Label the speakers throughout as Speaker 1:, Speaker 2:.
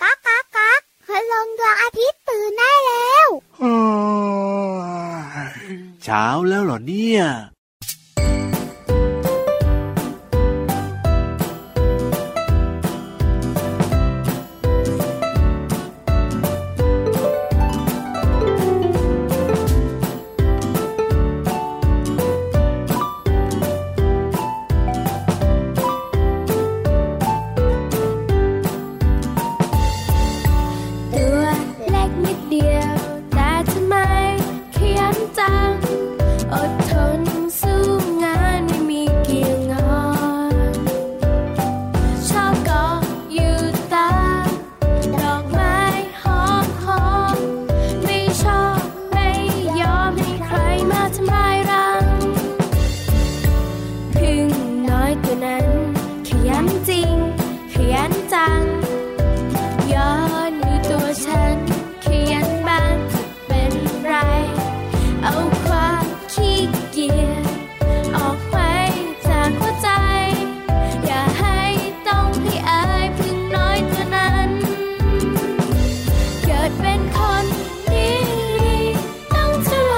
Speaker 1: ก๊ากก๊ากก๊ากคุณลุงดวงอาทิตย์ตื่นได้แล้ว
Speaker 2: เช้าแล้วเหรอเนี่ย
Speaker 3: ตัวเล็กนิดเดียว แต่ทำไมเขียนจัง อดทนสู้งานไม่มีเกี่ยงงอนชอบเกาะอยู่ตามดอกไม้หอมหอมไม่ชอบไม่ยอมให้ใครมาทำลายรัง พึ่งน้อยตัวนั้น ขยันจริง ขยันจัง ย้อนดูตัวฉันเขียนบ้างจะเป็นไร เอาความขี้เกียจออกไปจากหัวใจ อย่าให้ต้องให้อายพึ่งน้อยตัวนั้น เกิดเป็นคนดีๆต้องเท่าไหร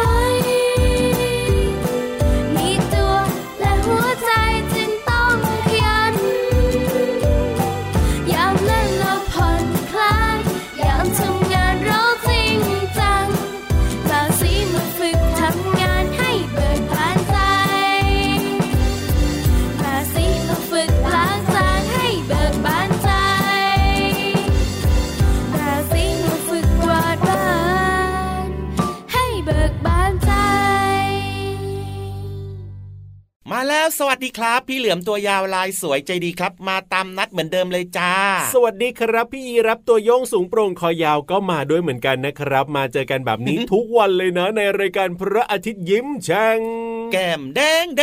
Speaker 3: มีตัวและหัวใจจึงต้องขยัน ยามเล่นเราผ่อนคลายยามทำงานเราจริงจังบางสีมาฝึกทำงานให้เบิกบานใจบางสีมาฝึกล้างจานให้เบิกบานใจบางสีมาฝึกกวาดบ้านให้เบิกบานใจ
Speaker 4: มาแล้วสวัสดีครับ พี่เหลือมตัวยาวลายสวยใจดีครับ มาตามนัดเหมือนเดิมเลยจ้า
Speaker 5: สวัสดีครับ พี่ยีรับตัวโยงสูงโปร่งคอยาวก็มาด้วยเหมือนกันนะครับ มาเจอกันแบบ นี้ ทุกวันเลยนะ ในรายการพระอาทิตย์ยิ้มแฉ่ง
Speaker 4: แก้มแดงแด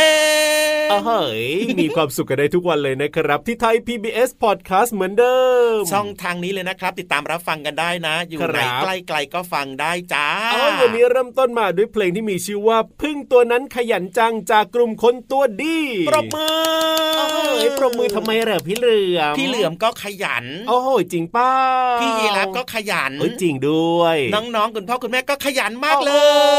Speaker 4: ง
Speaker 5: เอ้ยมีความสุขกันได้ทุกวันเลยนะครับ ที่ไทย PBS Podcast เหมือนเดิม
Speaker 4: ช่องทางนี้เลยนะครับ ติดตามรับฟังกันได้นะ อยู่ไหน
Speaker 5: ครับ
Speaker 4: ใกล้ๆก็ฟังได้จ้า
Speaker 5: เอาวันนี้เริ่มต้นมาด้วยเพลงที่มีชื่อว่าพึ่งตัวนั้นขยันจังจากกลุ่มคนตัวดี
Speaker 4: ปรบมือ
Speaker 5: เอ้ยปรบมือทำไมเหรอพี่เหลือม
Speaker 4: พี่เหลือมก็ขยัน
Speaker 5: โอ้โหจริงเป้า
Speaker 4: พี่ยีรับก็ขยัน
Speaker 5: เอ้ยจริงด้วย
Speaker 4: น้องๆคุณพ่อคุณแม่ก็ขยันมากเล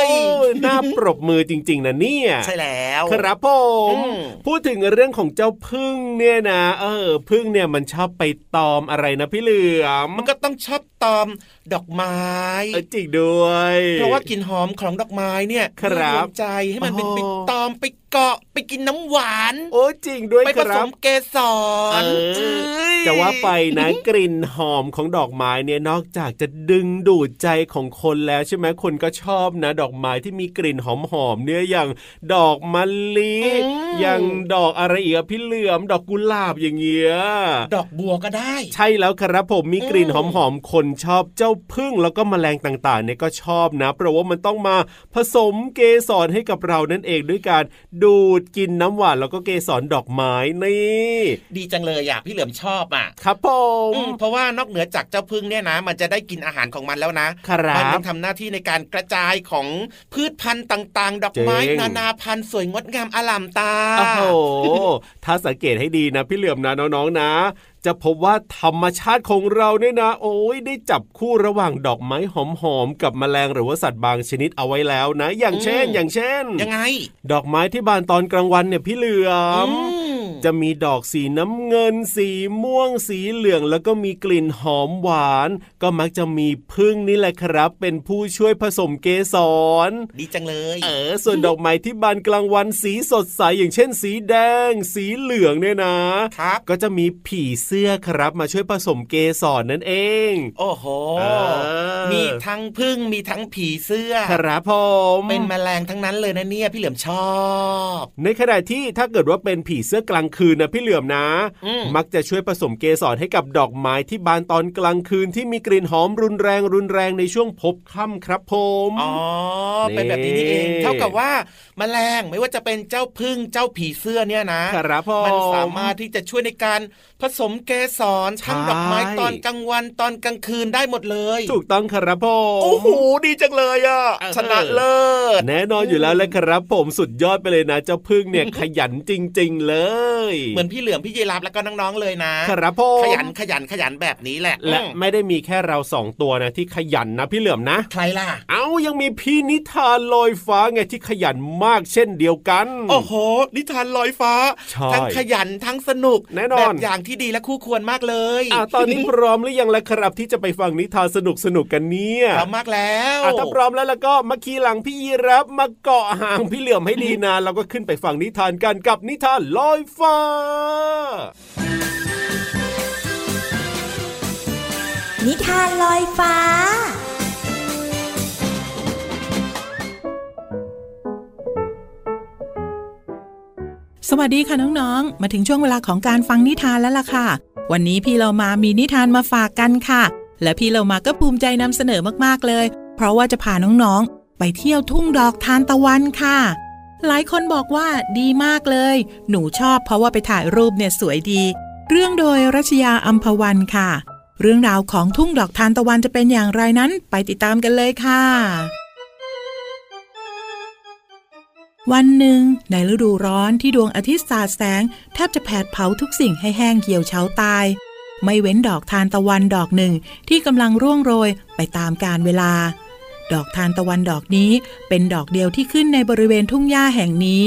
Speaker 4: ย
Speaker 5: โอ้โหน่าปรบมือจริง ๆนะเนี่ย
Speaker 4: ใช่แล้ว
Speaker 5: ครับผม
Speaker 4: อืม
Speaker 5: พูดถึงเรื่องของเจ้าพึ่งเนี่ยนะเออพึ่งเนี่ยมันชอบไปตอมอะไรนะพี่เหลือม
Speaker 4: มันก็ต้องชอบตอมดอกไม้
Speaker 5: เออจริงด้วย
Speaker 4: เพราะว่ากลิ่นหอมของดอกไม้เนี่ย
Speaker 5: ครับ
Speaker 4: รวมใจให้มันเป็น
Speaker 5: โอ้
Speaker 4: ไปตอมไปเกาะไปกินน้ำหวาน
Speaker 5: โอ้จริงด้วย
Speaker 4: ไป
Speaker 5: ค
Speaker 4: ผส
Speaker 5: รับ
Speaker 4: มเกสร
Speaker 5: เออ
Speaker 4: เอ้ย
Speaker 5: จะว่าไปนะ กลิ่นหอมของดอกไม้เนี่ยนอกจากจะดึงดูดใจของคนแล้วใช่ไหมคนก็ชอบนะ ดอกไม้ที่มีกลิ่นหอมๆเนี่ยอย่างดอกมะลิอย่างดอกอะไรอีกอะพี่เหลือม ดอกกุหลาบอย่างเงี้ย
Speaker 4: ดอกบัวก็ได้
Speaker 5: ใช่แล้วครับผมมีกลิ่นหอมๆคนชอบเจ้าพึ่งแล้วก็แมลงต่างๆเนี่ยก็ชอบนะ เพราะว่ามันต้องมาผสมเกสรให้กับเรานั่นเองด้วยการดูดกินน้ำหวานแล้วก็เกสรดอกไม้นี่
Speaker 4: ดีจังเลยอยากพี่เหลือมชอบอ่ะ
Speaker 5: ครับผม
Speaker 4: อืมเพราะว่านอกเหนือจากเจ้าพึ่งเนี่ยนะ มันจะได้กินอาหารของมันแล้วนะครับ มัยังทำหน้าที่ในการกระจายของพืชพันธุ์ต่าง ๆ ดอกไม้
Speaker 5: จริง
Speaker 4: นานาพันธุ์สวยงดงามอลามตา
Speaker 5: โอ้โห ถ้าสังเกตให้ดีนะ พี่เหลือมนะน้องๆนะ จะพบว่าธรรมชาติของเราเนี่ยนะ โอ้ยได้จับคู่ระหว่างดอกไม้หอมๆกับแมลงหรือว่าสัตว์บางชนิดเอาไว้แล้วนะ อย่างเช่น
Speaker 4: อืม
Speaker 5: อย่างเช่น
Speaker 4: ยังไง
Speaker 5: ดอกไม้ที่บานตอนกลางวันเนี่ยพี่เหลือม
Speaker 4: อืม
Speaker 5: จะมีดอกสีน้ำเงิน สีม่วง สีเหลือง แล้วก็มีกลิ่นหอมหวาน ก็มักจะมีพึ่งนี่แหละครับ เป็นผู้ช่วยผสมเกสร
Speaker 4: ดีจังเลย
Speaker 5: เออ ส่วนดอกไม้ที่บานกลางวันสีสดใสอย่างเช่น สีแดง สีเหลืองเนี่ยนะ
Speaker 4: ครับ
Speaker 5: ก็จะมีผีเสื้อครับมาช่วยผสมเกสรนั่นเอง
Speaker 4: โอ้โห
Speaker 5: เออ
Speaker 4: มีทั้งพึ่งมีทั้งผีเสื้อ
Speaker 5: ครับผม
Speaker 4: เป็นแมลงทั้งนั้นเลยนะเนี่ย พี่เหลือมชอบ
Speaker 5: ในขณะที่ถ้าเกิดว่าเป็นผีเสื้อกลางคืนนะพี่เหลือมนะ
Speaker 4: อืม
Speaker 5: มักจะช่วยผสมเกสรให้กับดอกไม้ที่บานตอนกลางคืนที่มีกลิ่นหอมรุนแรงรุนแรงในช่วงพบค่ำครับผม
Speaker 4: อ๋อ
Speaker 5: นี่
Speaker 4: เป็นแบบนี้นี่เอง เท่ากับว่าแมลงไม่ว่าจะเป็นเจ้าพึ่งเจ้าผีเสื้อเนี่ยนะ
Speaker 5: ครับผม
Speaker 4: มันสามารถที่จะช่วยในการผสมเกสรทั้ง
Speaker 5: ใช่
Speaker 4: ดอกไม้ตอนกลางวันตอนกลางคืนได้หมดเลย
Speaker 5: ถูกต้องครับผม
Speaker 4: โอ้โหดีจังเลยอ่ะ
Speaker 5: เออ
Speaker 4: ชนะเลิศ
Speaker 5: แน่นอนอยู่แล้วแหละครับผมสุดยอดไปเลยนะ เจ้าพึ่งเนี่ย ขยันจริง ๆ เลย เหมือนพี่เหลือมพี่ยีรับแล้วก็น้องๆเลยนะครับ
Speaker 6: ผม
Speaker 5: ขยันขยันขยันแบบนี้แหละ
Speaker 6: และ
Speaker 5: อืม
Speaker 6: ไม่ได้มีแค่เราสองตัวนะที่ขยันนะพี่เหลือมนะ
Speaker 5: ใครล่ะ
Speaker 6: เอายังมีพี่นิทานลอยฟ้าไงที่ขยันมากเช่นเดียวกัน
Speaker 5: โอ้โห นิทานลอยฟ้า
Speaker 6: ใช่
Speaker 5: ทั้งขยันทั้งสนุก
Speaker 6: แน่นอน
Speaker 5: แบบอย่างที่ดีและคู่ควรมากเลย
Speaker 6: อ่ะตอนนี้พร้อมหรือยังล่ะครับที่จะไปฟังนิทานสนุกสนุกๆกันเนี่ย
Speaker 5: พร้อมมากแล้ว
Speaker 6: อ่ะถ้าพร้อมแล้วแล้วก็มาขี่หลังพี่ยีรับมาเกาะหางพี่เหลือมให้ดีนะแล้วก็ขึ้นไปฟังนิทานกันกับนิทานลอยฟ้า
Speaker 7: นิทานลอยฟ้า
Speaker 4: สวัสดีค่ะน้องๆ มาถึงช่วงเวลาของการฟังนิทานแล้วล่ะค่ะ วันนี้พี่เรามามีนิทานมาฝากกันค่ะ และพี่เรามาก็ภูมิใจนำเสนอมากๆเลย เพราะว่าจะพาน้องๆ ไปเที่ยวทุ่งดอกทานตะวันค่ะ หลายคนบอกว่าดีมากเลย หนูชอบเพราะว่าไปถ่ายรูปเนี่ยสวยดี เรื่องโดยรัชยาอัมพวันค่ะ เรื่องราวของทุ่งดอกทานตะวันจะเป็นอย่างไรนั้นไปติดตามกันเลยค่ะ วันหนึ่งในฤดูร้อนที่ดวงอาทิตย์สาดแสง แทบจะแผดเผาทุกสิ่งให้แห้งเหี่ยวเฉาตาย ไม่เว้นดอกทานตะวันดอกหนึ่งที่กำลังร่วงโรยไปตามกาลเวลา ดอกทานตะวันดอกนี้เป็นดอกเดียวที่ขึ้นในบริเวณทุ่งหญ้าแห่งนี้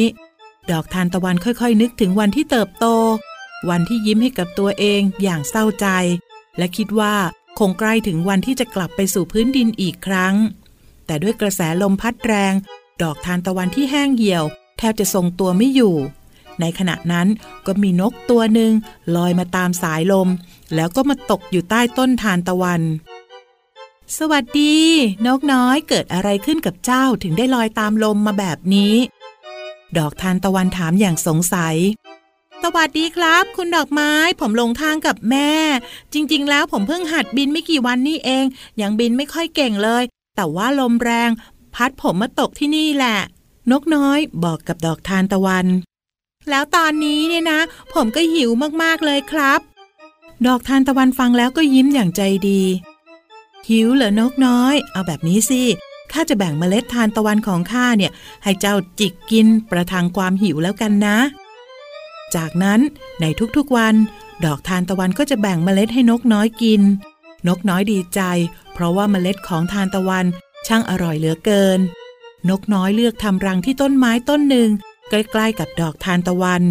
Speaker 4: ดอกทานตะวันค่อยๆ นึกถึงวันที่เติบโต วันที่ยิ้มให้กับตัวเองอย่างเศร้าใจ และคิดว่าคงใกล้ถึงวันที่จะกลับไปสู่พื้นดินอีกครั้ง แต่ด้วยกระแสลมพัดแรง ดอกทานตะวันที่แห้งเหี่ยว แทบจะทรงตัวไม่อยู่ ในขณะนั้นก็มีนกตัวหนึ่งลอยมาตามสายลม แล้วก็มาตกอยู่ใต้ต้นทานตะวัน สวัสดี นกน้อยเกิดอะไรขึ้นกับเจ้าถึงได้ลอยตามลมมาแบบนี้ ดอกทานตะวันถามอย่างสงสัย สวัสดีครับ คุณดอกไม้ผมหลงทางกับแม่ จริง ๆ แล้วผมเพิ่งหัดบินไม่กี่วันนี่เอง ยังบินไม่ค่อยเก่งเลย แต่ว่าลมแรง พัดผมมาตกที่นี่แหละ นกน้อยบอกกับดอกทานตะวัน แล้วตอนนี้เนี่ยนะ ผมก็หิวมากๆเลยครับ ดอกทานตะวันฟังแล้วก็ยิ้มอย่างใจดี หิวเหรอนกน้อย เอาแบบนี้สิข้าจะแบ่งเมล็ดทานตะวันของข้าเนี่ย ให้เจ้าจิกกินประทังความหิวแล้วกันนะ จากนั้นในทุกๆวัน ดอกทานตะวันก็จะแบ่งเมล็ดให้นกน้อยกิน นกน้อยดีใจ เพราะว่าเมล็ดของทานตะวันช่างอร่อยเหลือเกิน นกน้อยเลือกทำรังที่ต้นไม้ต้นหนึ่ง ใกล้ๆกับดอกทานตะวัน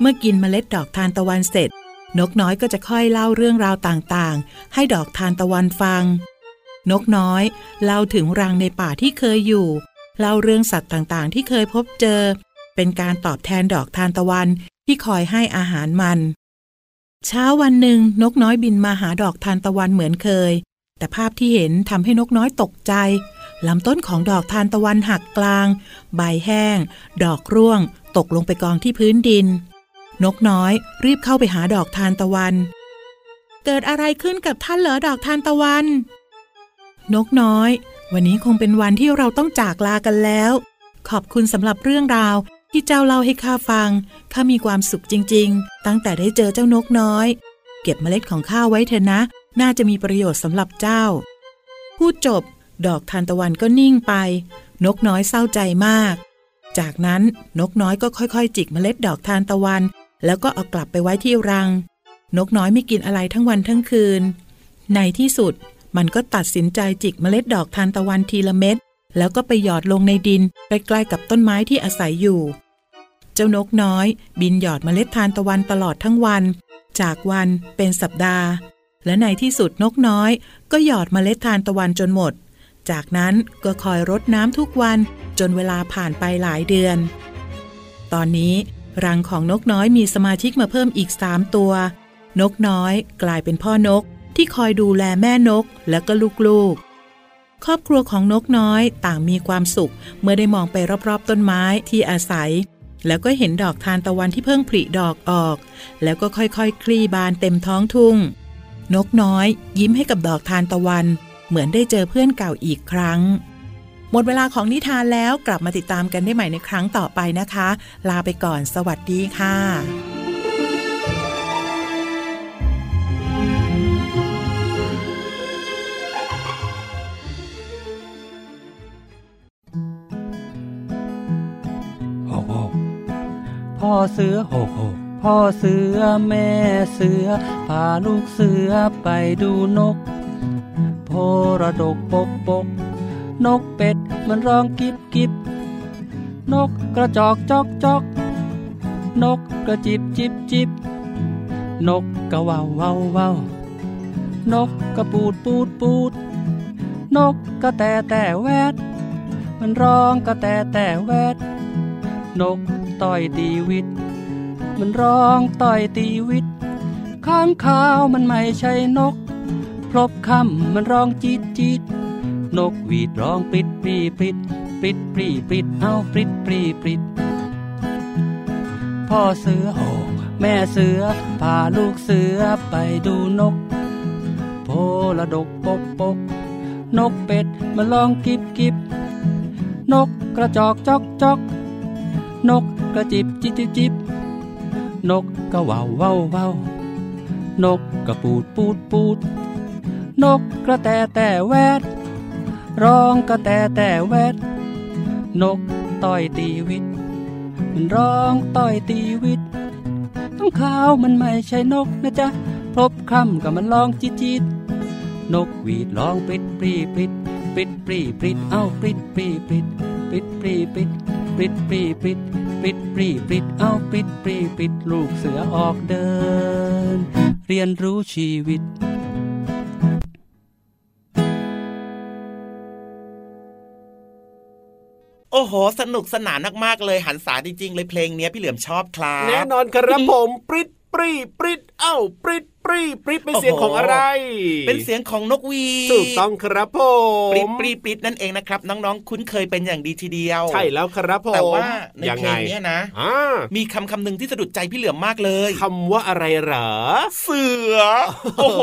Speaker 4: เมื่อกินเมล็ดดอกทานตะวันเสร็จ นกน้อยก็จะค่อยเล่าเรื่องราวต่างๆ ให้ดอกทานตะวันฟัง นกน้อยเล่าถึงรังในป่าที่เคยอยู่ เล่าเรื่องสัตว์ต่างๆ ที่เคยพบเจอ เป็นการตอบแทนดอกทานตะวันที่คอยให้อาหารมัน เช้าวันหนึ่งนกน้อยบินมาหาดอกทานตะวันเหมือนเคย แต่ภาพที่เห็นทำให้นกน้อยตกใจ ลำต้นของดอกทานตะวันหักกลาง ใบแห้ง ดอกร่วง ตกลงไปกองที่พื้นดิน นกน้อยรีบเข้าไปหาดอกทานตะวัน เกิดอะไรขึ้นกับท่านเหรอดอกทานตะวัน นกน้อย วันนี้คงเป็นวันที่เราต้องจากลากันแล้ว ขอบคุณสำหรับเรื่องราวที่เจ้าเล่าให้ข้าฟัง ข้ามีความสุขจริง ๆ ตั้งแต่ได้เจอเจ้านกน้อย เก็บเมล็ดของข้าไว้เถอะนะ น่าจะมีประโยชน์สำหรับเจ้า พูดจบ ดอกทานตะวันก็นิ่งไป นกน้อยเศร้าใจมาก จากนั้นนกน้อยก็ค่อยๆ จิกเมล็ดดอกทานตะวัน แล้วก็เอากลับไปไว้ที่รัง นกน้อยไม่กินอะไรทั้งวันทั้งคืน ในที่สุดมันก็ตัดสินใจจิกเมล็ดดอกทานตะวันทีละเม็ด แล้วก็ไปหยอดลงในดินใกล้ๆกับต้นไม้ที่อาศัยอยู่ เจ้านกน้อย บินหยอดเมล็ดทานตะวันตลอดทั้งวัน จากวันเป็นสัปดาห์ และในที่สุดนกน้อย ก็หยอดเมล็ดทานตะวันจนหมด จากนั้นก็คอยรดน้ำทุกวันจนเวลาผ่านไปหลายเดือน ตอนนี้ รังของนกน้อยมีสมาชิกมาเพิ่มอีก 3 ตัว นกน้อยกลายเป็นพ่อนกที่คอยดูแลแม่นกและก็ลูกๆ ครอบครัวของนกน้อยต่างมีความสุข เมื่อได้มองไปรอบๆต้นไม้ที่อาศัย แล้วก็เห็นดอกทานตะวันที่เพิ่งผลิดอกออก แล้วก็ค่อยๆ คลี่บานเต็มท้องทุ่ง นกน้อย ยิ้มให้กับดอกทานตะวัน เหมือนได้เจอเพื่อนเก่าอีกครั้ง หมดเวลาของนิทานแล้วกลับมาติดตามกันได้ใหม่ในครั้งต่อไปนะคะ ลาไปก่อนสวัสดีค่ะ
Speaker 8: หกหกพ่อเสือหกหก พ่อ พ่อเสือแม่เสือ พาลูกเสือไปดูนก โพระดกปกปก นกเป็ดมันร้องกิบกิบ นกกระจอกจอกจอก นกกระจิบจิบจิบ นกกระว่าวว่าวว่าวนกกระปูดปูดปูด นกกระแตแต่แวด มันร้องกระแตแต่แวด นกต่อยตีวิต มันร้องต่อยตีวิต ข้างขาวมันไม่ใช่นก พลบคำมันร้องจีดจีดนกหวีดร้องปริดปรีปริดปริดปรีปริดเอาปริดปรีปริด พ่อเสือโหกแม่เสือ พาลูกเสือไปดูนก โพละดกปกปก นกเป็ดมันลองกิบกิบ นกกระจอกจอกจอก นกกระจิบจิบจิบจิบ นกกระว่าวว่าวว่าวนกกระปูดปูดปูด นกกระแตแต่แวด ร้องกระแตแต่แวด นกต่อยตีวิต มันร้องต่อยตีวิตต้องขาวมันไม่ใช่นกนะจ๊ะพบคำกับมันร้องจิตจิตนกหวีดร้องปริดปรีปริดปริดปรีปริดเอ้าปริดปรีปริดปริดปรีปริดปริดปรีปริดปริดปรีปริดเอ้าปริดปรีปริดลูกเสือออกเดิน เรียนรู้ชีวิต
Speaker 5: โอ้โห สนุกสนานมากๆเลยหันษาจริงๆ เลยเพลงเนี้ยพี่เหลือมชอบครั
Speaker 6: แน่
Speaker 5: บ
Speaker 6: นอนครับผมปริดปรีปริดเอ้าปริดปรีปริดเป็นเสียงของอะไร
Speaker 5: เป็นเสียงของนกหวีด
Speaker 6: ถูกต้องครับผม
Speaker 5: ปริดปรีดปริดนั่นเองนะครับ น้องๆ คุ้นเคยเป็นอย่างดีทีเดียว
Speaker 6: ใช่แล้วครับผม
Speaker 5: แต่ว่าใน
Speaker 6: ยัง
Speaker 5: เพล
Speaker 6: ไง
Speaker 5: งเนี้ยนะ
Speaker 6: อ่า
Speaker 5: มีคำคำหนึ่งที่สะดุดใจพี่เหลือมมากเลย
Speaker 6: คำว่าอะไรเหรอ
Speaker 5: เสือ โอ้โห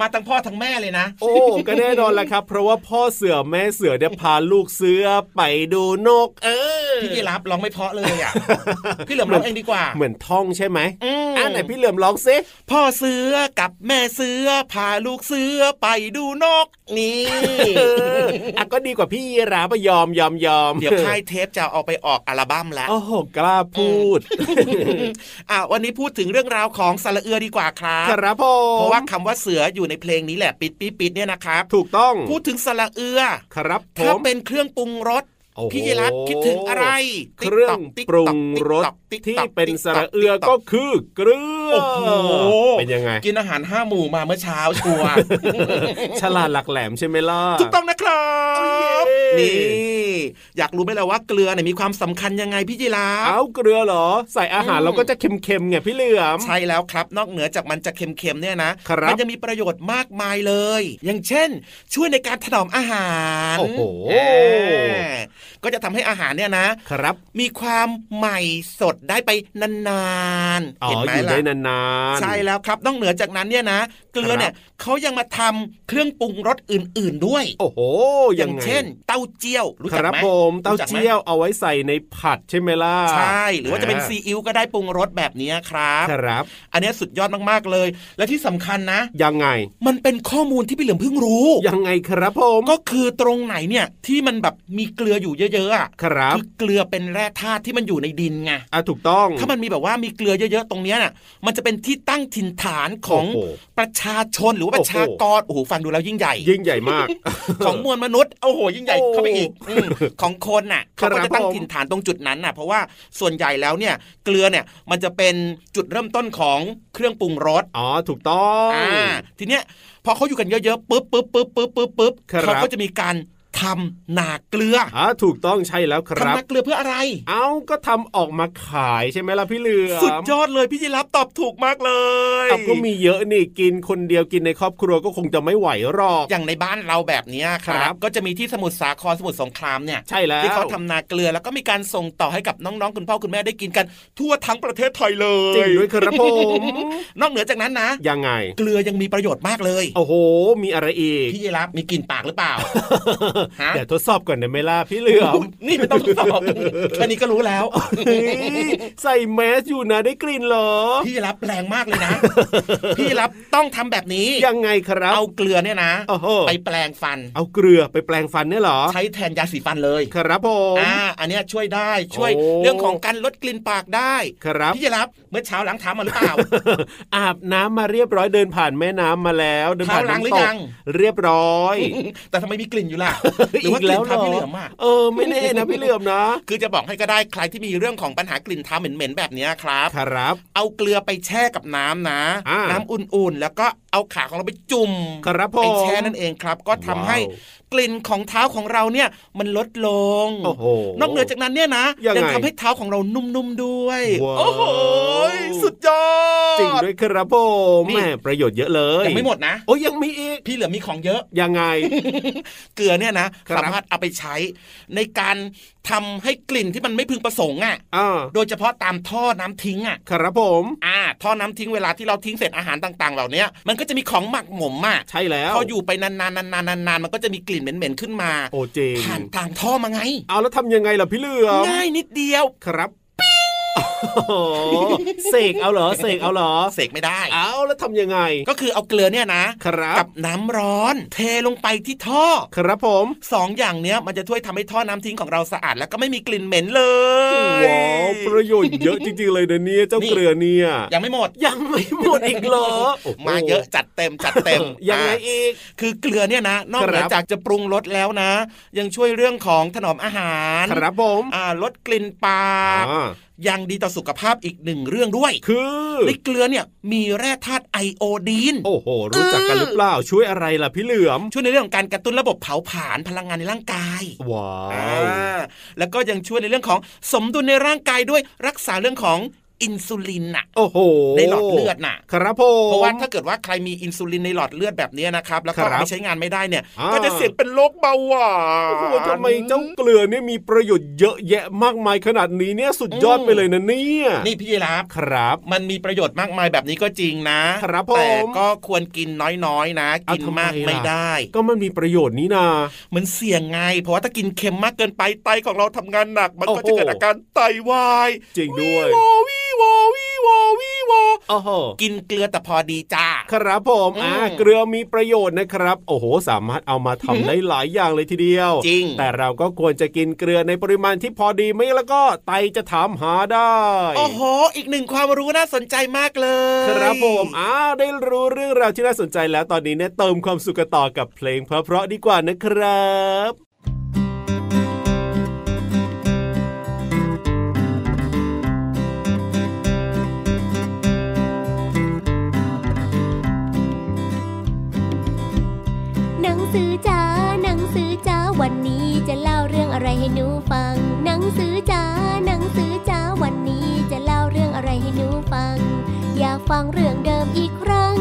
Speaker 5: มาทั้งพ่อทั้งแม่เลยนะ
Speaker 6: โอ้ก็แน่นอนแหละครับ เพราะว่าพ่อเสือแม่เสือเนี่ยพาลูกเสือไปดูนก เออ
Speaker 5: พี่ยีรับร้องไม่เพราะเลยอ่ะ พี่เหลือมร้องเองดีกว่า
Speaker 6: เหมือนท่องใช่ไหม
Speaker 5: อืม
Speaker 6: อ่าไหนพี่เหลือมร้องซิ
Speaker 5: พ่อเสือกับแม่เสือ พาลูกเสือไปดูนกนี่
Speaker 6: เอออ่ะก็ดีกว่าพี่ยีราปะยอมยอมยอม
Speaker 5: เดี๋ยวค่ายเทปจะเอาไปออกอัลบั้มแล้ว
Speaker 6: โอ้โหกล้าพูด
Speaker 5: อ่ะวันนี้พูดถึงเรื่องราวของสระเอือดีกว่าครั
Speaker 6: ค
Speaker 5: บ
Speaker 6: รับผม
Speaker 5: เพราะว่าคำว่าเสืออยู่ในเพลงนี้แหละปิดปิดปิดเนี่ยนะครับ
Speaker 6: ถูกต้อง
Speaker 5: พูดถึงสระเอือ
Speaker 6: ครับผ
Speaker 5: ถ้าม เป็นเครื่องปรุงรส
Speaker 6: โอ้โห
Speaker 5: พี่ยีรับคิดถึงอะไร
Speaker 6: เครื่อง
Speaker 5: ติ๊ก
Speaker 6: ปรุ
Speaker 5: ต๊อก
Speaker 6: ง
Speaker 5: ติ๊ก
Speaker 6: รส
Speaker 5: ต๊อกติ๊ก
Speaker 6: ที่
Speaker 5: ต๊อก
Speaker 6: เป็น
Speaker 5: ติ๊
Speaker 6: ส
Speaker 5: ต๊
Speaker 6: ระเอือ
Speaker 5: ติ๊ต๊
Speaker 6: ก็คือเกลือ
Speaker 5: โอ้โห
Speaker 6: เป็นยังไง
Speaker 5: กินอาหารห้าหมู่มาเมื่อเช้าชัวร์
Speaker 6: ฉลาดหลักแหลมใช่ไหมล่ะ
Speaker 5: ถูกต้องนะครับ
Speaker 6: เย้
Speaker 5: นี่ อยากรู้ไหมล่ะว่าเกลือเนี่ยมีความสำคัญยังไงพี่ยีราฟ
Speaker 6: เอาเกลือเหรอ ใส่อาหาร
Speaker 5: อืม
Speaker 6: เราก็จะเค็มๆไงพี่เหลือม
Speaker 5: ใช่แล้วครับ นอกเหนือจากมันจะเค็มๆเนี่ยนะครับ มัจะมีประโยชน์มากมายเลย อย่างเช่น ช่วยในการถนอมอาหาร
Speaker 6: โอ้โห
Speaker 5: แหมก็จะทำให้อาหารเนี่ยนะ
Speaker 6: ครับ
Speaker 5: มีความใหม่สดได้ไปนานๆ
Speaker 6: อ๋อ
Speaker 5: เห็นไหม
Speaker 6: อยู่
Speaker 5: ล่ะ
Speaker 6: ได้นานๆ
Speaker 5: ใช่แล้วครับนอกเหนือจากนั้นเนี่ยนะ เกลือเนี่ยเขายังมาทำเครื่องปรุงรสอื่นๆด้วย
Speaker 6: โอ้โห
Speaker 5: อ
Speaker 6: ยั
Speaker 5: ย่าง
Speaker 6: ไง
Speaker 5: เช่น เต้าเจี้ยว รู้
Speaker 6: ค
Speaker 5: จัก
Speaker 6: รับ
Speaker 5: ไหม
Speaker 6: ผมเต้า
Speaker 5: รู้จักไหม
Speaker 6: เจี้ยวเอาไว้ใส่ในผัดใช่ไหมล่ะ
Speaker 5: ใช่ หรือว่าจะเป็นซีอิ๊วก็ได้ปรุงรสแบบนี้ครับ
Speaker 6: ครับ
Speaker 5: อันเนี้ยสุดยอดมากๆเลย และที่สำคัญนะ
Speaker 6: ยังไง
Speaker 5: มันเป็นข้อมูลที่พี่เหลือมเพิ่งรู้
Speaker 6: ยังไงครับผม
Speaker 5: ก็คือตรงไหนเนี่ยที่มันแบบมีเกลืออยู่เยอะๆอะ
Speaker 6: ครับ
Speaker 5: คือเกลือเป็นแร่ธาตุที่มันอยู่ในดินไง
Speaker 6: อ่ะถูกต้อง
Speaker 5: ถ้ามันมีแบบว่ามีเกลือเยอะๆ ตรงเนี้ยน่ะ มันจะเป็นที่ตั้งถิ่นฐานของ
Speaker 6: โอ้โห
Speaker 5: ประชาชนหรือว่าประชากร โอ้โห ฟังดูแล้วยิ่งใหญ่
Speaker 6: ยิ่งใหญ่มาก
Speaker 5: ของมวลมนุษย์ โอ้โห ยิ่งใหญ่
Speaker 6: โอ้
Speaker 5: เข้าไปอีกอม ของคนน่ะ
Speaker 6: ครั
Speaker 5: เขา
Speaker 6: บ
Speaker 5: ก็จะตั้ง
Speaker 6: ผม
Speaker 5: ถิ่นฐานตรงจุดนั้นน่ะ เพราะว่าส่วนใหญ่แล้วเนี่ย เกลือเนี่ย มันจะเป็นจุดเริ่มต้นของเครื่องปรุงรส
Speaker 6: อ๋อถูกต้อง
Speaker 5: อ่า ทีเนี้ย พอเขาอยู่กันเยอะๆ ปุ๊บปุ๊บปุ๊บปุ๊บปุ๊บปุ๊บ
Speaker 6: ครับ
Speaker 5: เขาก็จะมีการทำนาเกลือ
Speaker 6: อ่ะถูกต้องใช่แล้วครั
Speaker 5: ทำ
Speaker 6: บ
Speaker 5: นาเกลือเพื่ออะไร
Speaker 6: เอาก็ทำออกมาขายใช่ไหมล่ะพี่เหลือม
Speaker 5: สุดยอดเลยพี่ยีรับตอบถูกมากเลย
Speaker 6: เอาก็มีเยอะนี่กินคนเดียวกินในครอบครัวก็คงจะไม่ไหวหรอก
Speaker 5: อย่างในบ้านเราแบบเนี้ยค
Speaker 6: ครั
Speaker 5: รับ
Speaker 6: บ
Speaker 5: ก็จะมีที่สมุทรสาครสมุทรสงครามเนี่ย
Speaker 6: ใช่แล้ว
Speaker 5: ที่เขาทำนาเกลือแล้วก็มีการส่งต่อให้กับน้องๆ คุณพ่อคุณแม่ได้กินกัน ทั่วทั้งประเทศไทยเล
Speaker 6: จริ
Speaker 5: ย
Speaker 6: งด้วยครับผม
Speaker 5: นอกเหนือจากนั้นนะ
Speaker 6: ยังไง
Speaker 5: เกลือยังมีประโยชน์มากเลย
Speaker 6: โอ้โห มีอะไรอีก
Speaker 5: พี่ยีรับมีกลิ่นปากหรือเปล่า ฮะ
Speaker 6: เดี๋ยวทดสอบก่อนได้ไหมล่ะพี่เหลือม
Speaker 5: นี่ไม่ต้องทดส อบแค่นี้ก็รู้แล้ว
Speaker 6: เฮ้ยใส่แมสอยู่นะได้กลิ่นเหรอ
Speaker 5: พี่ยีรับแรงมากเลยนะ พี่ยีรับ ต้องทำแบบนี้
Speaker 6: ยังไงครับ
Speaker 5: เอาเกลือเนี่ยนะ
Speaker 6: โอ้โห
Speaker 5: ไปแปลงฟัน
Speaker 6: เอาเกลือไปแปลงฟันเนี่ยเหรอ
Speaker 5: ใช้แทนยาสีฟันเลย
Speaker 6: ครับผม
Speaker 5: อ่าอันเนี้ยช่วยได้ช่วย
Speaker 6: โอ้
Speaker 5: เรื่องของการลดกลิ่นปากได้
Speaker 6: ครับ
Speaker 5: พี่ จะรับเมื่อเช้าล้างเท้ามาหรือเปล่า
Speaker 6: อาบน้ำมาเรียบร้อยเดินผ่านแม่น้ำมาแล้ว เดินผ่าน
Speaker 5: เท้าล้างหรื
Speaker 6: น้ำต
Speaker 5: อก ยัง
Speaker 6: เรียบร้อย
Speaker 5: แต่ทำไมมีกลิ่นอยู่ล่ะหรือว่ากลิ่นเท้าพี่เหลือมาก
Speaker 6: เออไม่แน่นะพี่เหลือมนะ
Speaker 5: คือจะบอกให้ก็ได้ใครที่มีเรื่องของปัญหากลิ่นเท้าเหม็นๆแบบเนี้ยครับ
Speaker 6: ครับ
Speaker 5: เอาเกลือไปแช่กับน้ำนะ
Speaker 6: อ่า
Speaker 5: น้ำอุ่นๆ แล้วก็เอาขาของเราไปจุ่ม
Speaker 6: ครับผม
Speaker 5: ไปแช่นั่นเองครับ ก็ทำ
Speaker 6: ว้าว
Speaker 5: ให้กลิ่นของเท้าของเราเนี่ยมันลดลง
Speaker 6: โอ้โห
Speaker 5: นอกเหนือจากนั้นเนี่ยนะ
Speaker 6: ยังไง
Speaker 5: ทำให้เท้าของเรานุ่มๆด้วย
Speaker 6: ว้าว
Speaker 5: โอ้โหสุดยอด
Speaker 6: จริงด้วยครับผม
Speaker 5: นี่
Speaker 6: แหม่ประโยชน์เยอะเลย
Speaker 5: ยังไม่หมดนะ
Speaker 6: โอ้ยยังมีอีก
Speaker 5: พี่เหลือมีของเยอะ
Speaker 6: ยัง ไง
Speaker 5: เกลือเนี่ยนะครับ สามารถเอาไปใช้ในการทำให้กลิ่นที่มันไม่พึงประสงค์อ่ะ
Speaker 6: อ่า
Speaker 5: โดยเฉพาะตามท่อน้ำทิ้งอ่ะ
Speaker 6: ครับผม
Speaker 5: อ่า ท่อน้ำทิ้งเวลาที่เราทิ้งเศษอาหารต่าง ๆ เหล่าเนี้ยมันก็จะมีของหมักหมมอ่ะ
Speaker 6: ใช่แล้ว
Speaker 5: พออยู่ไปนานๆนานๆนานๆมันก็จะมีกลิ่นเหม็นๆขึ้นมา
Speaker 6: โอ้จริง
Speaker 5: ผ่านทางท่อมาไง
Speaker 6: เอาแล้วทำยังไงล่ะพี่เหลือม
Speaker 5: ง่ายนิดเดียว
Speaker 6: ครับโอ้โหเสกเอาเหรอเสกเอาเหรอ
Speaker 5: เสกไม่ได้
Speaker 6: เอาแล้วทำยังไง
Speaker 5: ก็คือเอาเกลือเนี่ยนะ
Speaker 6: ครับ
Speaker 5: กับน้ำร้อน เทลงไปที่ท่อ
Speaker 6: ครับผม
Speaker 5: สองอย่างเนี้ยมันจะช่วยทำให้ท่อน้ำทิ้งของเราสะอาดแล้วก็ไม่มีกลิ่นเหม็นเล
Speaker 6: ว้าวย ประโยชน์เยอะจริงๆเลยนะเนี่ยเจ้า
Speaker 5: นี่
Speaker 6: เกลือเนี่ย
Speaker 5: ยังไม่หมด
Speaker 6: ยังไม่หมดอีกเหรอโโห
Speaker 5: มาเยอะจัดเต็มจัดเต็ม
Speaker 6: ยังไง
Speaker 5: อ่ะ
Speaker 6: อีก
Speaker 5: คือเกลือเนี่ยนะนอกเหนือ
Speaker 6: ครับ
Speaker 5: จากจะปรุงรสแล้วนะ ยังช่วยเรื่องของถนอมอาหาร
Speaker 6: ครับผม
Speaker 5: อ่าลดกลิ่นปาก
Speaker 6: อ่า
Speaker 5: ยังดีต่อสุขภาพอีกหนึ่งเรื่องด้วย
Speaker 6: คือ
Speaker 5: ในเกลือเนี่ยมีแร่ธาตุไอโอดีน
Speaker 6: โอ้โห รู้จักกันหรือเปล่า ช่วยอะไรล่ะพี่เหลือม
Speaker 5: ช่วยในเรื่องของการกระตุ้นระบบเผาผลาญพลังงานในร่างกาย
Speaker 6: ว้า
Speaker 5: อ่
Speaker 6: ว
Speaker 5: าแล้วก็ยังช่วยในเรื่องของสมดุลในร่างกายด้วยรักษาเรื่องของอินซูลินน่ะ
Speaker 6: โอ้โห
Speaker 5: ในหลอดเลือดน่ะ
Speaker 6: ครับผม
Speaker 5: เพราะว่าถ้าเกิดว่าใครมีอินซูลินในหลอดเลือดแบบเนี้ยนะครับ แล้วก็
Speaker 6: ครับ
Speaker 5: เอาไปใช้งานไม่ได้เนี่ย
Speaker 6: อ่า
Speaker 5: ก็จะเสี่ยงเป็นโรคเบาหวาน
Speaker 6: โอ้โหทำไมเจ้าเกลือเนี่ยมีประโยชน์เยอะแยะมากมายขนาดนี้เนี่ยสุดยอด
Speaker 5: อืม
Speaker 6: ไปเลยนะเนี่ย
Speaker 5: นี่พี่ยีรับ
Speaker 6: ครับ
Speaker 5: มันมีประโยชน์มากมายแบบนี้ก็จริงนะ
Speaker 6: ครับผม
Speaker 5: แต่ก็ควรกินน้อยๆนะ
Speaker 6: เอา
Speaker 5: กินมาก
Speaker 6: ทำไมล่ะ
Speaker 5: ไม่ได้
Speaker 6: ก็มันมีประโยชน์นี่นา
Speaker 5: มันเสี่ยงไง เพราะว่าถ้ากินเค็มมากเกินไปไตของเราทำงานหนัก มัน
Speaker 6: โอ้
Speaker 5: ก็
Speaker 6: โห
Speaker 5: จะเกิดอาการไตวาย
Speaker 6: จริงด้วย
Speaker 5: วอวีวอวีวอวีวอ
Speaker 6: โอ้โห
Speaker 5: กินเกลือแต่พอดีจ้า
Speaker 6: ครับผมอ่า
Speaker 5: อืม
Speaker 6: เกลือมีประโยชน์นะครับ โอ้โห สามารถเอามาทำได้หลายอย่างเลยทีเดียว
Speaker 5: จริง
Speaker 6: แต่เราก็ควรจะกินเกลือในปริมาณที่พอดีไม่แล้วก็ไตจะถามหาได้
Speaker 5: โอ้โห อีกหนึ่งความรู้น่าสนใจมากเลย
Speaker 6: ครับผมอ้าวได้รู้เรื่องราวที่น่าสนใจแล้วตอนนี้เนี่ยเติมความสุขกันต่อกับเพลงเพราะๆดีกว่านะครับ
Speaker 9: หนังสือจ๋าหนังสือจ๋าวันนี้จะเล่าเรื่องอะไรให้หนูฟัง หนังสือจ๋าหนังสือจ๋าวันนี้จะเล่าเรื่องอะไรให้หนูฟัง อยากฟังเรื่องเดิมอีกครั้ง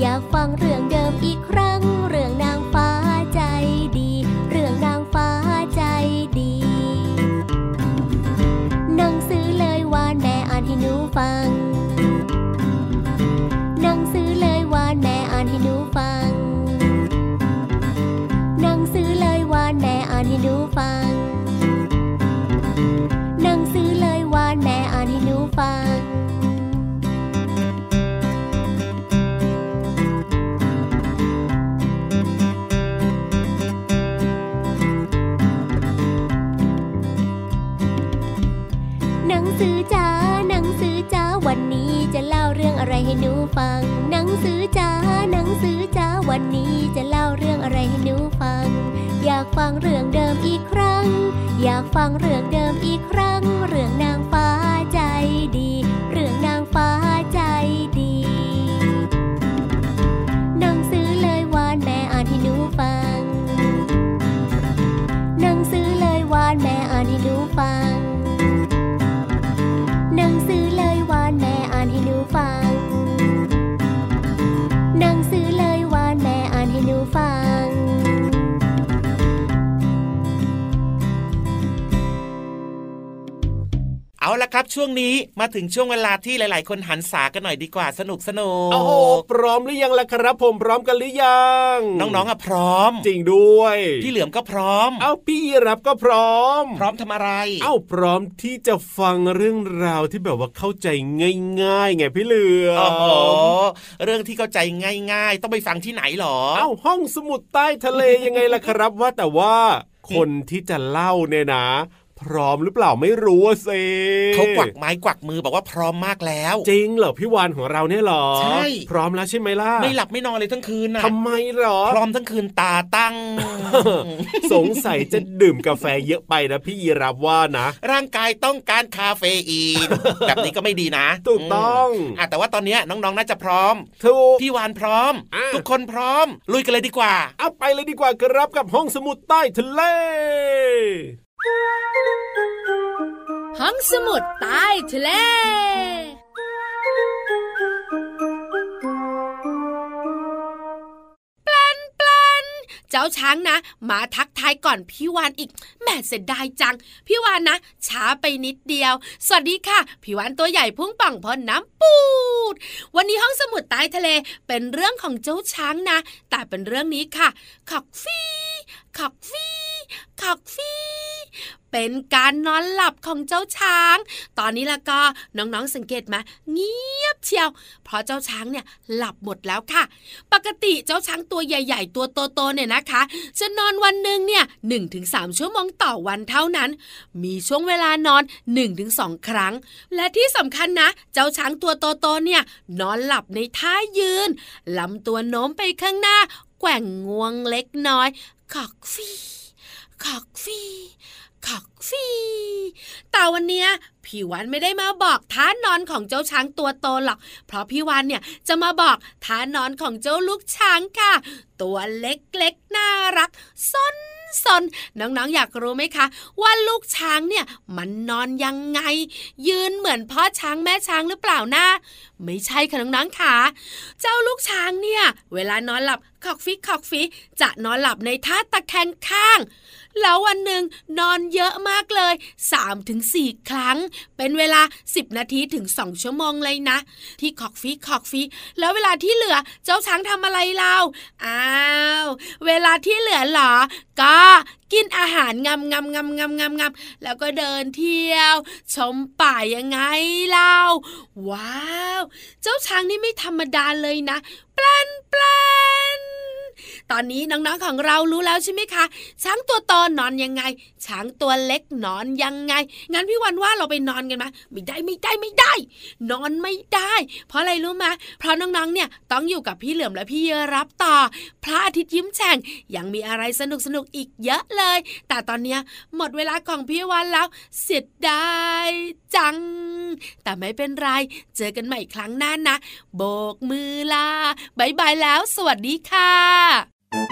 Speaker 9: อยากฟังเรื่องเดิมอีกครั้ง เรื่องนางฟ้าใจดี เรื่องนางฟ้าใจดี หนังสือเลยวานแม่อ่านให้หนูฟัง หนังสือเลยวานแม่อ่านให้หนูฟัง หนังสือเลยวานแม่อ่านให้หนูฟัง หนังสือเลยวานแม่อ่านให้หนูฟัง หนังสือจ๋าหนังสือจ๋าวันนี้จะเล่าเรื่องอะไรให้หนูฟัง หนังสือจ๋าหนังสือจ๋าวันนี้จะเล่าเรื่องอะไรให้หนูฟัง อยากฟังเรื่องเดิมอีกครั้ง อยากฟังเรื่องเดิมอีกครั้ง เรื่องนางฟ้าใจดี เรื่องนางฟ้าใจดี หนังสือเลยวานแม่อ่านให้หนูฟัง หนังสือเลยวานแม่อ่านให้หนูฟัง หนังสือเลยวานแม่อ่านให้หนูฟัง หนังสือเลยวานแม่อ่านให้หนูฟัง
Speaker 5: เอาละ
Speaker 4: ครับช่วงนี้มาถึงช่วงเวลาที่หลาย ๆ คนหันษากันหน่อยดีกว่าสนุกสนุก
Speaker 5: โอ้โหพร้อมหรือยังล่ะครับ ผมพร้อมกันหรือยัง
Speaker 4: น้องๆอ่ะพร้อม
Speaker 5: จริงด้วย
Speaker 4: พี่เหลือมก็พร้อม
Speaker 5: เอ้าพี่รับก็พร้อม
Speaker 4: พร้อมทำอะไร
Speaker 5: เอ้าพร้อมที่จะฟังเรื่องราวที่แบบว่าเข้าใจง่ายๆไงพี่เหลือม
Speaker 4: โอ้โหเรื่องที่เข้าใจง่าย ๆ ต้องไปฟังที่ไหนหรอ
Speaker 5: เอ้าห้องสมุดใต้ทะเลยังไงล่ะครับว่าแต่ว่าคนที่จะเล่าเนี่ยนะ พร้อมหรือเปล่าไม่รู้อะสิ
Speaker 4: เขากวักไม้กวักมือบอกว่าพร้อมมากแล้ว
Speaker 5: จริงเหรอพี่วานของเราเนี่ยเหรอ
Speaker 4: ใช่
Speaker 5: พร้อมแล้วใช่ไหมล่ะ
Speaker 4: ไม่หลับไม่นอนเลยทั้งคืนนะ
Speaker 5: ทำไมเหรอ
Speaker 4: พร้อมทั้งคืนตาตั้ ง
Speaker 5: สงสัยจะดื่มกาแฟเยอะไปนะพี่ยีรับว่านะ
Speaker 4: ร่างกายต้องการคาเฟอีน แบบนี้ก็ไม่ดีนะ
Speaker 5: ถูกต้อง
Speaker 4: มอ่ะแต่ว่าตอนเนี้ยน้องๆน่าจะพร้อม
Speaker 5: ถูก
Speaker 4: พี่วานพร้อม
Speaker 5: อ่ะ
Speaker 4: ทุกคนพร้อม ลุยกันเลยดีกว่า
Speaker 5: เอาไปเลยดีกว่าครับกับห้องสมุดใต้ทะเล
Speaker 10: ห้องสมุดใต้ทะเล เจ้าช้างนะ มาทักทายก่อนพี่วานอีกแหม่เสียดายจัง พี่วานนะ ช้าไปนิดเดียว สวัสดีค่ะ พี่วานตัวใหญ่พุ่งป่องพอน้ำปูด วันนี้ห้องสมุดใต้ทะเลเป็นเรื่องของเจ้าช้างนะ แต่เป็นเรื่องนี้ค่ะ ขอกฟี่ขอกฟี่ขอกฟี่ เป็นการนอนหลับของเจ้าช้าง ตอนนี้ละก็น้องๆสังเกตไหมาเงียบเชียว เพราะเจ้าช้างเนี่ยหลับหมดแล้วค่ะ ปกติเจ้าช้างตัวใหญ่ ๆ ตัวโตๆเนี่ยนะคะ จะนอนวันหนึ่งเนี่ยหถึงสชั่วโมงต่อวันเท่านั้น มีช่วงเวลานอน 1-2 ครั้ง และที่สำคัญนะ เจ้าช้างตัวโตๆเนี่ยนอนหลับในท่ายืนลำตัวโน้มไปข้างหน้า แกว่งงวงเล็กน้อยขอกฟีขอกฟีขอกฟีแต่วันเนี้ยพี่วันไม่ได้มาบอกท่านอนของเจ้าช้างตัวโตหรอก เพราะพี่วันเนี่ยจะมาบอกท่านอนของเจ้าลูกช้างค่ะ ตัวเล็กๆน่ารักซนซนน้องๆอยากรู้ไหมคะ ว่าลูกช้างเนี่ยมันนอนยังไง ยืนเหมือนพ่อช้างแม่ช้างหรือเปล่านะไม่ใช่ค่ะน้องๆค่ะเจ้าลูกช้างเนี่ยเวลานอนหลับคอกฟิกคอกฟิกจะนอนหลับในท่าตะแคงข้าง แล้ววันหนึ่งนอนเยอะมากเลย 3-4 ครั้ง เป็นเวลา 10 นาทีถึง 2 ชั่วโมงเลยนะ ที่ขอกฟีขอกฟีแล้วเวลาที่เหลือเจ้าช้างทำอะไรเราอ้าวเวลาที่เหลือเหรอ ก็กินอาหารงำงำงำงำงำงำแล้วก็เดินเที่ยว ชมป่ายังไงเล่าว้าว เจ้าช้างนี่ไม่ธรรมดาเลยนะแปลนแปลนตอนนี้น้องๆของเรารู้แล้วใช่ไหมคะ ช้างตัวโตนอนยังไง ช้างตัวเล็กนอนยังไง งั้นพี่วันว่าเราไปนอนกันไหมไม่ได้ไม่ได้ไม่ได้ นอนไม่ได้ เพราะอะไรรู้ไหมเพราะน้องๆเนี่ยต้องอยู่กับพี่เหลือมและพี่เยรับต่อ พระอาทิตย์ยิ้มแฉ่งยังมีอะไรสนุกสนุกๆอีกเยอะเลย แต่ตอนเนี้ยหมดเวลาของพี่วันแล้วเสียดายจัง แต่ไม่เป็นไร เจอกันใหม่ครั้งหน้านะ โบกมือลาบายบายแล้ว สวัสดีค่ะ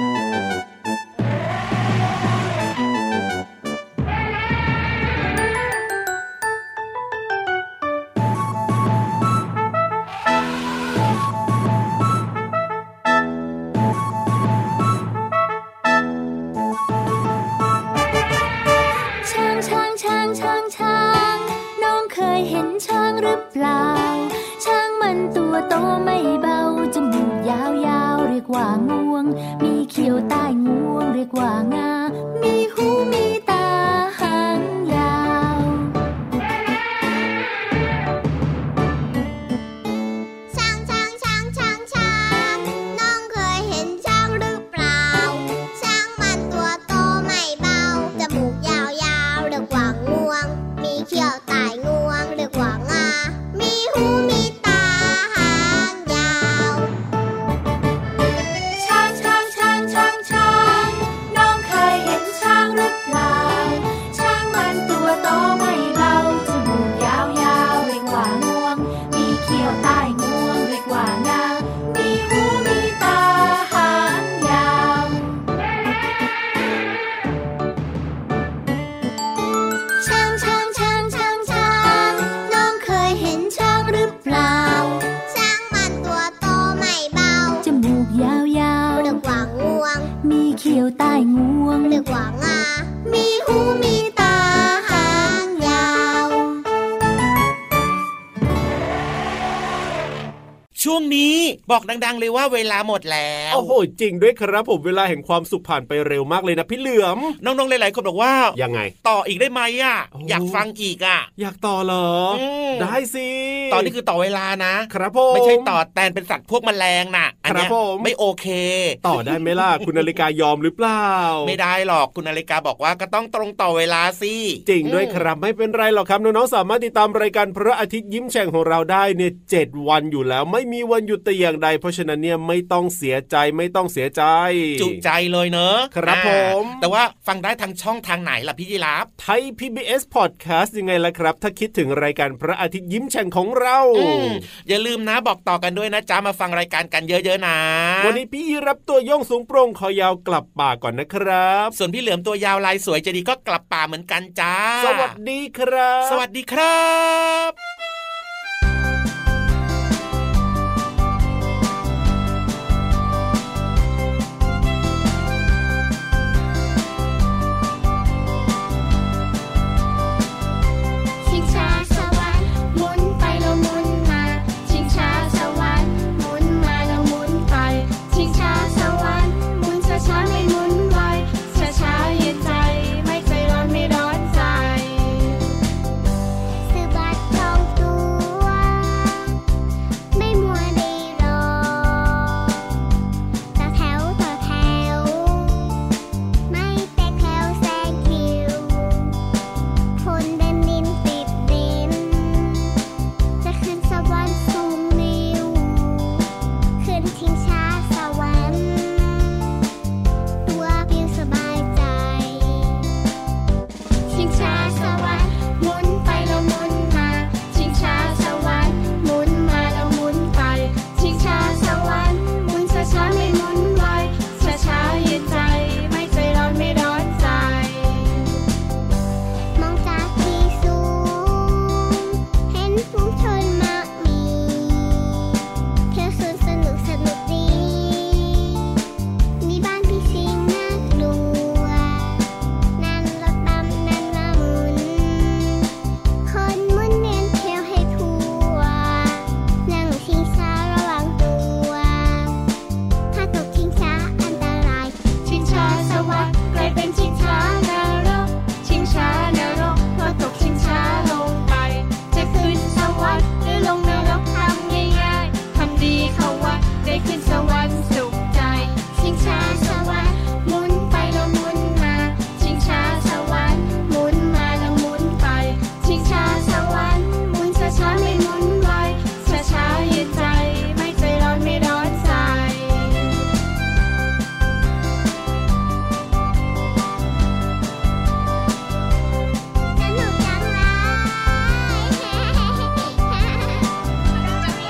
Speaker 6: ช้างช้างช้างช้างช้างน้องเคยเห็นช้างหรือเปล่า ช้างมันตัวโตไม่เบาจมูกยาวยาวๆเรียกว่างวง มีเขียวใต้งวงเรียกว่างา มีหูมีตาหางยาว
Speaker 1: ช้างช้างช้างช้างช้างน้องเคยเห็นช้างหรือเปล่า ช้างมันตัวโตไม่เบา จมูกยาวยาวๆเรียกว่างวง มีเขี้ยวไต่งวงเรียกว่างา มีหูมีตาหางยาว
Speaker 6: ช้างช้างช้างช้างช้างน้องเคยเห็นช้างหรือเปล่า ช้างมันตัวโตไม่เบาจมูกยาวยาวๆเรียกว่างวง มีเขียวใต้งวงเรียกว่างา มีหูมีตาหางยาว
Speaker 1: ช้างช้างช้างช้างช้างน้องเคยเห็นช้างหรือเปล่า ช้างมันตัวโตไม่เบา
Speaker 6: จมูกยาว
Speaker 1: เรียก
Speaker 6: ๆ
Speaker 1: ว่างวง
Speaker 6: มีเขียวใต้งวง
Speaker 1: เรียกว่างา มีหูมีตาหางยาว
Speaker 6: ช
Speaker 5: บอกดัง ๆ เลยว่าเวลาหมดแล้ว
Speaker 6: โอ้โหจริงด้วยครับผมเวลาแห่งความสุขผ่านไปเร็วมากเลยนะพี่เหลือม
Speaker 5: น้องๆหลายๆคนบอกว่า
Speaker 6: ยังไง
Speaker 5: ต่ออีกได้ไหมอ่ะ
Speaker 6: โอ้
Speaker 5: อยากฟังอีกอ่ะ
Speaker 6: อยากต่อเหรออ
Speaker 5: ม
Speaker 6: ได้สิ
Speaker 5: ต่อนี่คือต่อเวลานะ
Speaker 6: ครับผม
Speaker 5: ไม่ใช่ต่อแตนเป็นสัตว์พวกแมลงน่ะ อันเนี้ย
Speaker 6: ครับผม
Speaker 5: ไม่โอเค
Speaker 6: ต่อได้ไหมล่ะ คุณนาฬิกายอมหรือเปล่า
Speaker 5: ไม่ได้หรอกคุณนาฬิกาบอกว่าก็ต้องตรงต่อเวลาสิ
Speaker 6: จริงด้วย
Speaker 5: อืม
Speaker 6: ครับไม่เป็นไรหรอกครับน้องๆสามารถติดตามรายการพระอาทิตย์ยิ้มแฉ่งของเราได้เนี่ยเจ็ดวันอยู่แล้ว ไม่มีวันหยุดแต่อย่างใด เพราะฉะนั้นเนี่ยไม่ต้องเสียใจไม่ต้องเสียใจ
Speaker 5: จุใจเลยเนอะ
Speaker 6: ครับ
Speaker 5: อ่า
Speaker 6: ผม
Speaker 5: แต่ว่าฟังได้ทางช่องทางไหนล่ะพี่ยีราฟ
Speaker 6: ไทย PBS Podcast ยังไงล่ะครับ ถ้าคิดถึงรายการพระอาทิตย์ยิ้มแฉ่งของเรา
Speaker 5: อืมอย่าลืมนะบอกต่อกันด้วยนะจ๊ะมาฟังรายการกันเยอะๆนะ
Speaker 6: วันนี้พี่รับตัวโย่องสูงโปร่งคอยาวกลับป่าก่อนนะครับ
Speaker 5: ส่วนพี่เหลือมตัวยาวลายสวยใจะดีก็กลับป่าเหมือนกันจ้า
Speaker 6: สวัสดีครับ
Speaker 5: สวัสดีครับ
Speaker 11: ชิงช้าสวรรค์หมุนไปแล้วหมุนมา ชิงช้าสวรรค์หมุนมาแล้วหมุนไป ชิงช้าสวรรค์หมุนช้าช้าๆไม่หมุนไวช้าช้าๆเย็นใจ ไม่ใจร้อนไม่ร้อนใจ
Speaker 1: สะบัดทองตัว ไม่มัวรีรอต่อแถวต่อแถว ไม่แตกแถวแซงคิว คนเดินดินติดดิน จะขึ้นสวรรค์สูงนิวขึ้นทิ้งช้าสวรรค์ตัวปิวสบายใจ
Speaker 11: ชิงช้าสวรรค์หมุนไปแล้วหมุนมา ชิงช้าสวรรค์หมุนมาแล้วหมุนไป ชิงช้าสวรรค์หมุนช้าช้าๆไม่หมุนไวช้าช้าๆเย็นใจ ไม่ใจร้อนไม่ร้อนใจ
Speaker 1: มองจากที่สูง เห็นฝูงชนมากมีเที่ยวสวนสนุกสนุกดี มีบ้านพี่สิงน่ากลัว นั่นรถบัมนั่นละมุน คนหมุนเวียนเที่ยวให้ทั่ว นั่งชิงช้าระวังตัว ถ้าตกชิงช้าอันตราย
Speaker 11: ชิงช้าสวรรค์กลายเป็นชิงช้านรก ชิงช้านรกพอตกชิงช้าลงไป จะขึ้นสวรรค์หรือลงนรกทำง่ายๆทำดีเข้าไวัดได้ขึ้นสวรรค์สุขใจชิงช้าสวรรค์หมุนไปแล้วหมุนมาชิงช้าสวรรค์หมุนมาแล้วหมุนไป ชิงช้าสวรรค์หมุนช้าๆไม่หมุนไวช้าๆเย็นใจ ไม่ใจร้อนไม่ร้อนใจ
Speaker 1: สนุกจังเลย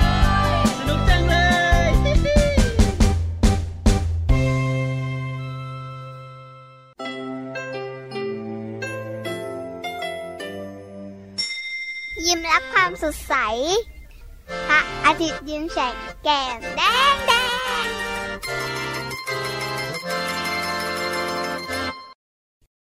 Speaker 1: ยิ้มรับความสดใส พระอาทิตย์ยิ้มแฉกแก้มแดงแดง